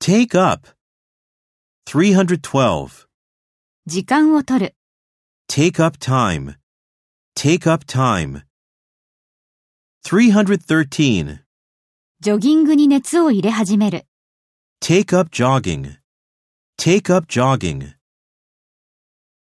Take up. 312. 時間を取る、 Take up time. Take up time. 313. ジョギングに熱を入れ始める。 Take up jogging. Take up jogging.